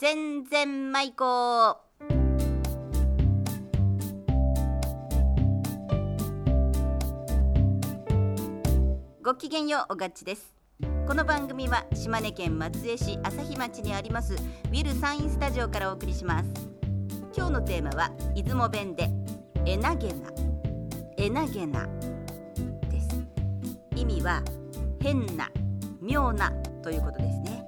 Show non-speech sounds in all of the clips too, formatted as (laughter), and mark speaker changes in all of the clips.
Speaker 1: 全然舞子ごきげんようおがっちですこの番組は島根県松江市朝日町にありますウィルサインスタジオからお送りします今日のテーマは出雲弁でえなげなえなげなです意味は変な妙なということですね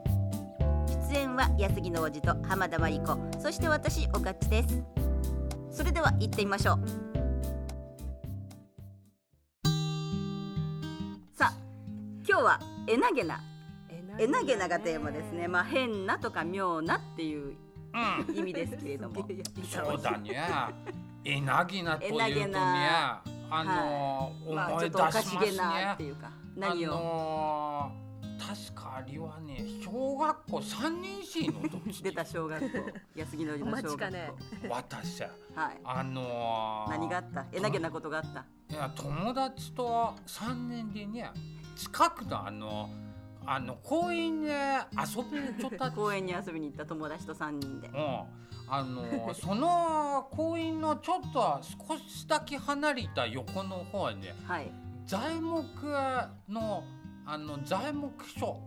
Speaker 1: 出演は安木のおじと浜田真理子そして私おかっちですそれでは行ってみましょうさあ今日はえなげなえなげながテーマですねまあ変なとか妙なっていう
Speaker 2: う
Speaker 1: 意味ですけれど
Speaker 2: (laughs)
Speaker 1: も
Speaker 2: ん、そうだね。えなぎなというと
Speaker 1: えなげ
Speaker 2: ね
Speaker 1: な、
Speaker 2: あの、
Speaker 1: まあ
Speaker 2: 思
Speaker 1: ちょ
Speaker 2: い
Speaker 1: っ
Speaker 2: 出
Speaker 1: とお
Speaker 2: し
Speaker 1: か
Speaker 2: ます
Speaker 1: し
Speaker 2: ね。
Speaker 1: げなっていうか何を
Speaker 2: あのー確かあれはね、小学校三年生の時
Speaker 1: (laughs) 出た小学校安木のおじの小学
Speaker 3: お待ちかね
Speaker 1: 校
Speaker 2: 私、
Speaker 1: はい
Speaker 2: あのー
Speaker 1: 何があったえなげなことがあった
Speaker 2: いや友達と三年でね、近くのあのあの公園で遊びにちょっと
Speaker 1: (laughs)
Speaker 2: あ
Speaker 1: 公園に遊びに行った友達と三人で
Speaker 2: うん、あ
Speaker 1: (laughs)
Speaker 2: のその公園のちょっと少しだけ離れた横の方に
Speaker 1: はい
Speaker 2: 材木のあの材木所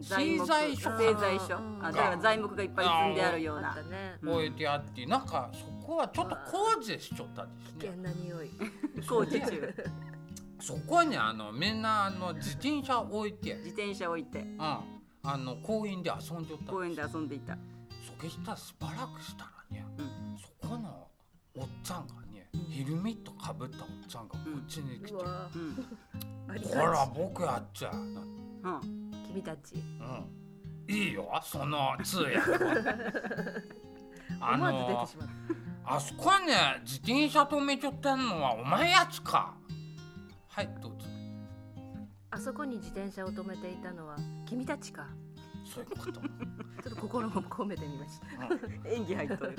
Speaker 1: 材木
Speaker 2: 製材所
Speaker 1: 製材所
Speaker 3: うん
Speaker 1: あだから材木がいっぱい積んであるよう
Speaker 3: あっ
Speaker 1: な
Speaker 3: たね。
Speaker 1: うん
Speaker 2: 置いてあって、なんかそこはちょっと工事しちょったんです
Speaker 3: 危険
Speaker 2: ね。
Speaker 3: な匂い。
Speaker 1: 工事中
Speaker 2: そこにあのみんなあの自転車置いて、うん、
Speaker 1: 自転車置いて
Speaker 2: あの公園で遊んじょった
Speaker 1: 公
Speaker 2: ん
Speaker 1: 園
Speaker 2: で。
Speaker 1: です遊んでいた
Speaker 2: そけしたらしばらくしたらね、
Speaker 1: う
Speaker 2: そこのおっちゃんがね、ヘルメットかぶったおっちゃんがこっちに来て、
Speaker 3: うわ
Speaker 1: うん
Speaker 3: ありがち
Speaker 2: ほら僕やっちゃうな
Speaker 1: うん
Speaker 3: 君たち。
Speaker 2: うんいいよその通訳
Speaker 3: (laughs)
Speaker 2: はあ
Speaker 3: 思わ
Speaker 2: の
Speaker 3: ず出てしまっ
Speaker 2: あそこはね自転車止めちゃってんのはお前やつかはいどうぞ
Speaker 3: た。あそこに自転車を止めていたのは君たちか。
Speaker 2: そういうこと、
Speaker 3: ちょっと心を込めてみました。
Speaker 2: うん
Speaker 1: 演技入っとる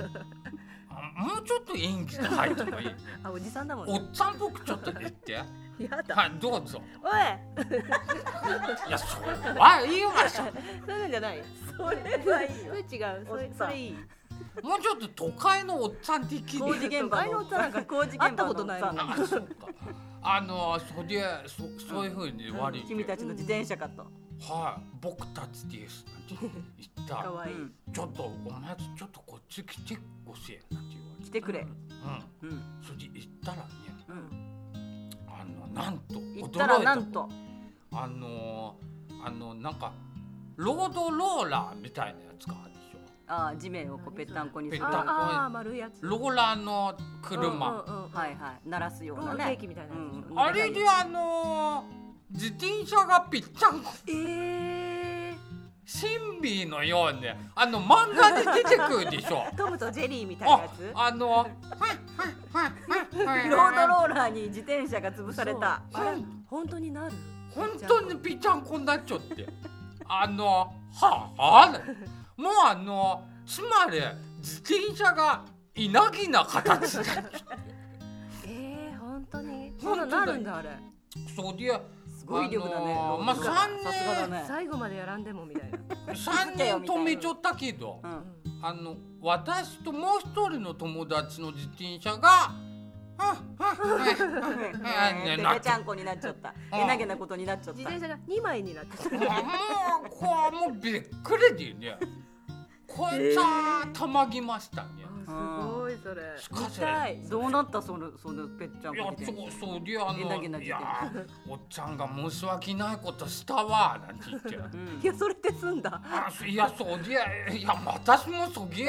Speaker 2: あもうちょっと演技で入った
Speaker 3: (laughs)
Speaker 2: 方がいい
Speaker 3: あ、おじさんだもん
Speaker 2: お
Speaker 3: ね。
Speaker 2: っちゃん僕ちょっと言っては
Speaker 3: やだ。
Speaker 2: いどうぞ
Speaker 3: おい、
Speaker 2: いやそれはいいわさ
Speaker 3: そうなんじゃない。
Speaker 1: それはいい
Speaker 3: それ違う。 (laughs) そ
Speaker 1: おっ
Speaker 3: れ
Speaker 1: さん
Speaker 3: それいい。
Speaker 2: もうちょっと都会のおっちゃん的
Speaker 1: 工
Speaker 2: に
Speaker 1: 事現場のおっさんなんか工事現場のおっさん
Speaker 3: 会ったことないもん
Speaker 2: あそうかあのそりゃそそういうふうに言われて、
Speaker 1: 君たちの自転車かと
Speaker 2: はい、僕たちです。なんて言った
Speaker 3: 可
Speaker 2: ら、
Speaker 3: 愛い。
Speaker 1: うん
Speaker 2: ちょっとお前ちょっとこっち来てほしいなんて言われ
Speaker 1: 来てくれ
Speaker 2: て、
Speaker 1: うん
Speaker 2: うん、それで行ったらね、
Speaker 1: うん
Speaker 2: あのなんと
Speaker 1: 行ったらな
Speaker 2: 驚
Speaker 1: ん
Speaker 2: い
Speaker 1: と
Speaker 2: た。あのー、あのなんかロードローラーみたいなやつがあるでしょ。
Speaker 1: あー地面をこうぺったんこにする
Speaker 2: ぺったんこ
Speaker 1: は
Speaker 3: ああー、丸いやつ。
Speaker 2: ローラーの
Speaker 3: うん
Speaker 2: 車。
Speaker 3: うんうん。
Speaker 1: いはい鳴らすよ
Speaker 3: ロ
Speaker 1: うな
Speaker 3: ールケー
Speaker 1: ね
Speaker 3: キみたいなやつでし
Speaker 1: う
Speaker 3: ょ。
Speaker 1: ん
Speaker 2: あれであのー、自転車がぴったんこ。
Speaker 3: ええ
Speaker 2: シンビーのようにあの漫画で出てくるでしょ。
Speaker 3: ー。トムとジェリーみたいな
Speaker 2: あ
Speaker 3: やつ。、
Speaker 2: あの、はいはいはいはいはい。
Speaker 1: ロードローラーに自転車が潰された
Speaker 3: そう。あれ本当になる。
Speaker 2: 本当にぴちゃんこになっちゃって。あの、はあ、もうあの、つまり自転車が稲城な形だ。
Speaker 3: ええー、本当に。そ
Speaker 2: 本
Speaker 3: んな
Speaker 2: 当だよ
Speaker 3: なるんだあれ。
Speaker 2: そりゃ、
Speaker 1: すごい威力だね
Speaker 2: あのー
Speaker 1: ロードローラー
Speaker 2: まあ
Speaker 1: さすがだね
Speaker 3: 最後までやらんでもみたいな。
Speaker 2: 三人止めちゃったけど
Speaker 1: う、ん
Speaker 3: う
Speaker 2: あの、私ともう一人の友達の自転車が。あああ
Speaker 1: ね
Speaker 2: あね
Speaker 1: べ
Speaker 2: な
Speaker 1: か
Speaker 2: っ
Speaker 1: ち
Speaker 2: ちゃ
Speaker 1: ゃ
Speaker 2: うん
Speaker 1: こになっちゃった。
Speaker 2: うん
Speaker 1: えなげなことになっちゃっ
Speaker 3: 自
Speaker 1: た
Speaker 3: 転。車が二枚になってた。
Speaker 2: もう、こう、もうびっくりでね。こいつはたまぎましたね。
Speaker 3: あすごいそれ。
Speaker 2: しかし。
Speaker 3: 痛い。
Speaker 1: どうなったそのそのぺっちゃん
Speaker 2: いや
Speaker 1: こ、みたいな。
Speaker 2: そう、そうで、あ
Speaker 1: えなげな
Speaker 2: の、
Speaker 1: げ
Speaker 2: いやー、おっちゃんが申し訳ないことしたわ、なんて言って。
Speaker 1: うん
Speaker 3: いやそれで済んだ。
Speaker 2: あ、そいや、そうで、いや、私もそげえ、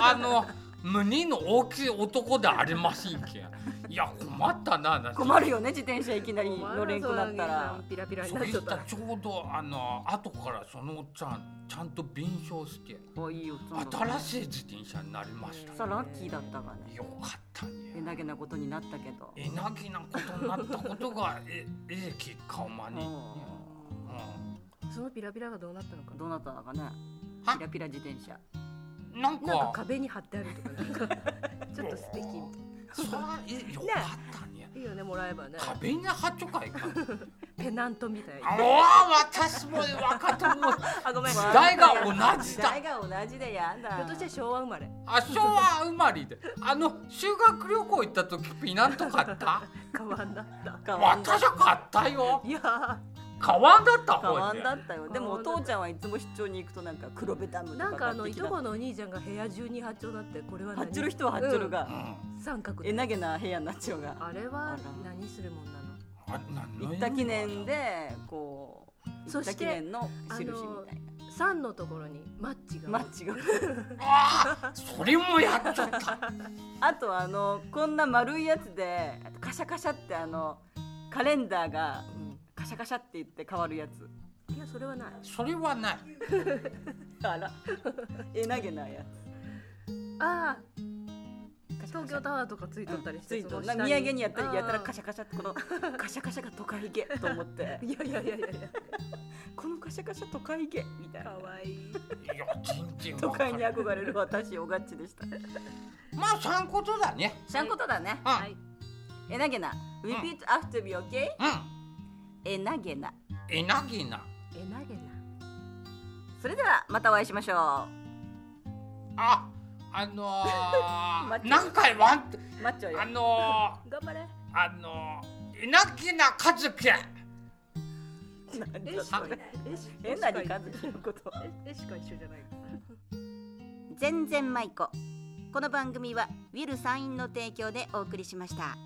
Speaker 2: あの、胸の大きい男ではありませんけん。いや、困ったな、なんて。
Speaker 1: 困るよね自転車いきなり乗れんくなったら。
Speaker 3: ピラピラに
Speaker 2: そ
Speaker 3: なっ
Speaker 2: げ
Speaker 3: ちゃった
Speaker 2: た。ちょうど、あの、後から、そのおっちゃん、ちゃんと弁償して。
Speaker 1: おいいよ。そんなの
Speaker 2: 新しい自転車になりましたね。
Speaker 1: さラッキーだったがね。
Speaker 2: よかった
Speaker 1: え
Speaker 2: ね。
Speaker 1: なげなことになったけど。
Speaker 2: えなぎなことになったことが、え、ええ結果を招いてね。うん
Speaker 3: そのピラピラがどうなったのか。
Speaker 1: どうなったのかね。
Speaker 2: あ
Speaker 1: ピラピラ自転車。
Speaker 2: なんか
Speaker 3: なんか壁に貼ってあるとかなんかちょっと素敵み
Speaker 2: それはいいよかったね
Speaker 3: たい。いいよねもらえばね。
Speaker 1: (laughs)
Speaker 2: 壁に貼っちょかいかん
Speaker 3: ペナントみたい
Speaker 2: ああ私も若友
Speaker 1: あごめん
Speaker 2: 時代が同じ
Speaker 1: 時
Speaker 2: だ
Speaker 1: 代が同じでやだ
Speaker 3: ひょっとして昭和生まれ
Speaker 2: あ昭和生まれであの修学旅行行った時ピナント買った
Speaker 1: (laughs)
Speaker 3: 変わんだった
Speaker 1: 変わんだ
Speaker 2: 私は買ったよ
Speaker 3: いやー
Speaker 2: 買わんだった
Speaker 1: 変わ
Speaker 2: 方
Speaker 1: ん
Speaker 2: で
Speaker 1: だったよでもお父ちゃんはいつも出張に行くとなんか黒部ダムとか
Speaker 3: なんかあのいとこ
Speaker 1: の
Speaker 3: のお兄ちゃんが部屋中に八丁だってこれは
Speaker 1: ハ
Speaker 3: 何
Speaker 1: ッチョル人はハッチョル
Speaker 2: う
Speaker 1: が、
Speaker 2: ん
Speaker 3: うん三角
Speaker 1: え
Speaker 3: で
Speaker 1: なげな部屋になっちゃうが
Speaker 3: あれ
Speaker 1: あ
Speaker 3: は
Speaker 1: ら
Speaker 3: 何するもんなの
Speaker 2: あ何
Speaker 1: 行
Speaker 2: の意味
Speaker 1: った記念でこう行
Speaker 3: そ
Speaker 1: っ
Speaker 3: して
Speaker 1: た記念の印みたい
Speaker 3: 三のところにマッチが
Speaker 1: なマッチが (laughs)
Speaker 2: ああそれもやっちゃった
Speaker 1: あとあのこんな丸いやつでカシャカシャってあのカレンダーがカシャカシャって言って変わるやつ
Speaker 3: いやそれはない
Speaker 2: それはない
Speaker 1: あ (laughs) らえなげなや
Speaker 3: ああ
Speaker 1: つカシャカシャ
Speaker 3: 東京タワーとかついとったりして、
Speaker 1: ついと
Speaker 3: そ
Speaker 1: な
Speaker 3: の下
Speaker 1: 土産にやったりやたらカ
Speaker 3: シ
Speaker 1: シャカシャってこのカシャカシャが都会ゲと思って
Speaker 3: (laughs) いやいやいやいやいや
Speaker 1: このカシャカシャ都会ゲみたい
Speaker 3: か
Speaker 1: な
Speaker 3: わいい
Speaker 2: いや全
Speaker 1: (laughs)
Speaker 2: 然
Speaker 1: 都
Speaker 2: わか
Speaker 1: 会
Speaker 2: ん
Speaker 1: に
Speaker 2: ない
Speaker 1: 憧れる私おがっちで
Speaker 3: (laughs)
Speaker 1: した
Speaker 2: まあ三ことだね
Speaker 1: しゃんことだね
Speaker 2: うん、
Speaker 3: はい
Speaker 1: えなげな repeat after me okay えなげな
Speaker 2: うんえなぎな
Speaker 3: えなげな
Speaker 1: それではまたお会いしましょ
Speaker 2: ああの
Speaker 1: (laughs) 待っ
Speaker 2: ー、
Speaker 1: て
Speaker 2: 何回ワン
Speaker 1: うマッチョよ
Speaker 2: あの
Speaker 3: 頑張れ
Speaker 2: ー、あのー、えなぎなかずき
Speaker 1: なん
Speaker 3: え
Speaker 1: だ
Speaker 3: しか
Speaker 1: それえなりかずきのこと
Speaker 3: えしか一緒じゃない
Speaker 1: 全然舞子この番組はウィル・サインの提供でお送りしました。